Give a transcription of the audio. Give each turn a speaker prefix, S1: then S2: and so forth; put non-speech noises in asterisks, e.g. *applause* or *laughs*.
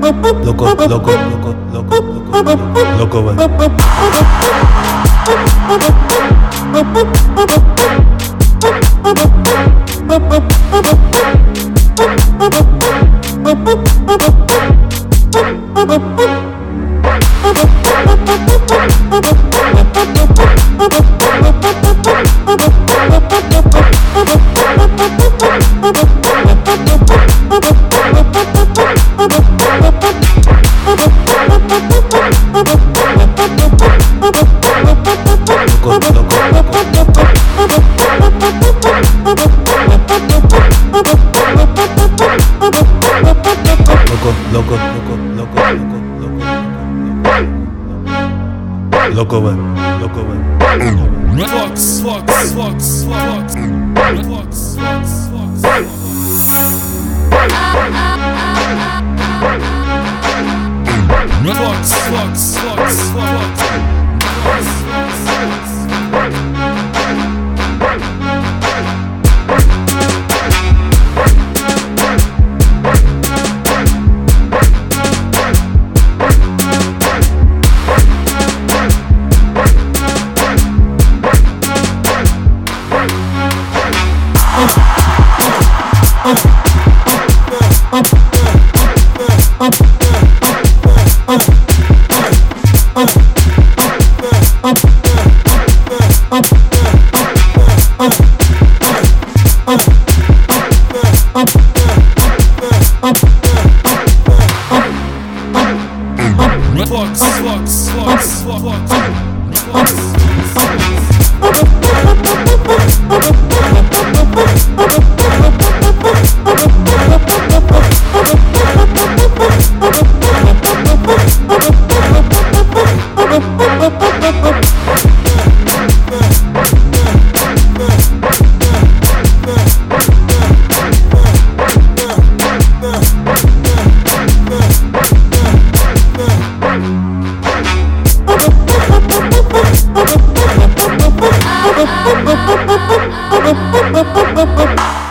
S1: Loco, loco, *laughs* loco, loco, loco, loco, loco, loco, loco, loco. Loco, loco, loco, loco, loco, loco, loco. Loco man, loco man.
S2: Fox, Fox, Fox, Fox, Fox, Fox, Fox, Fox. Fox, Fox, Fox, Fox. Fox, Fox, Fox, Fox, Fox, Fox.
S3: Thank you.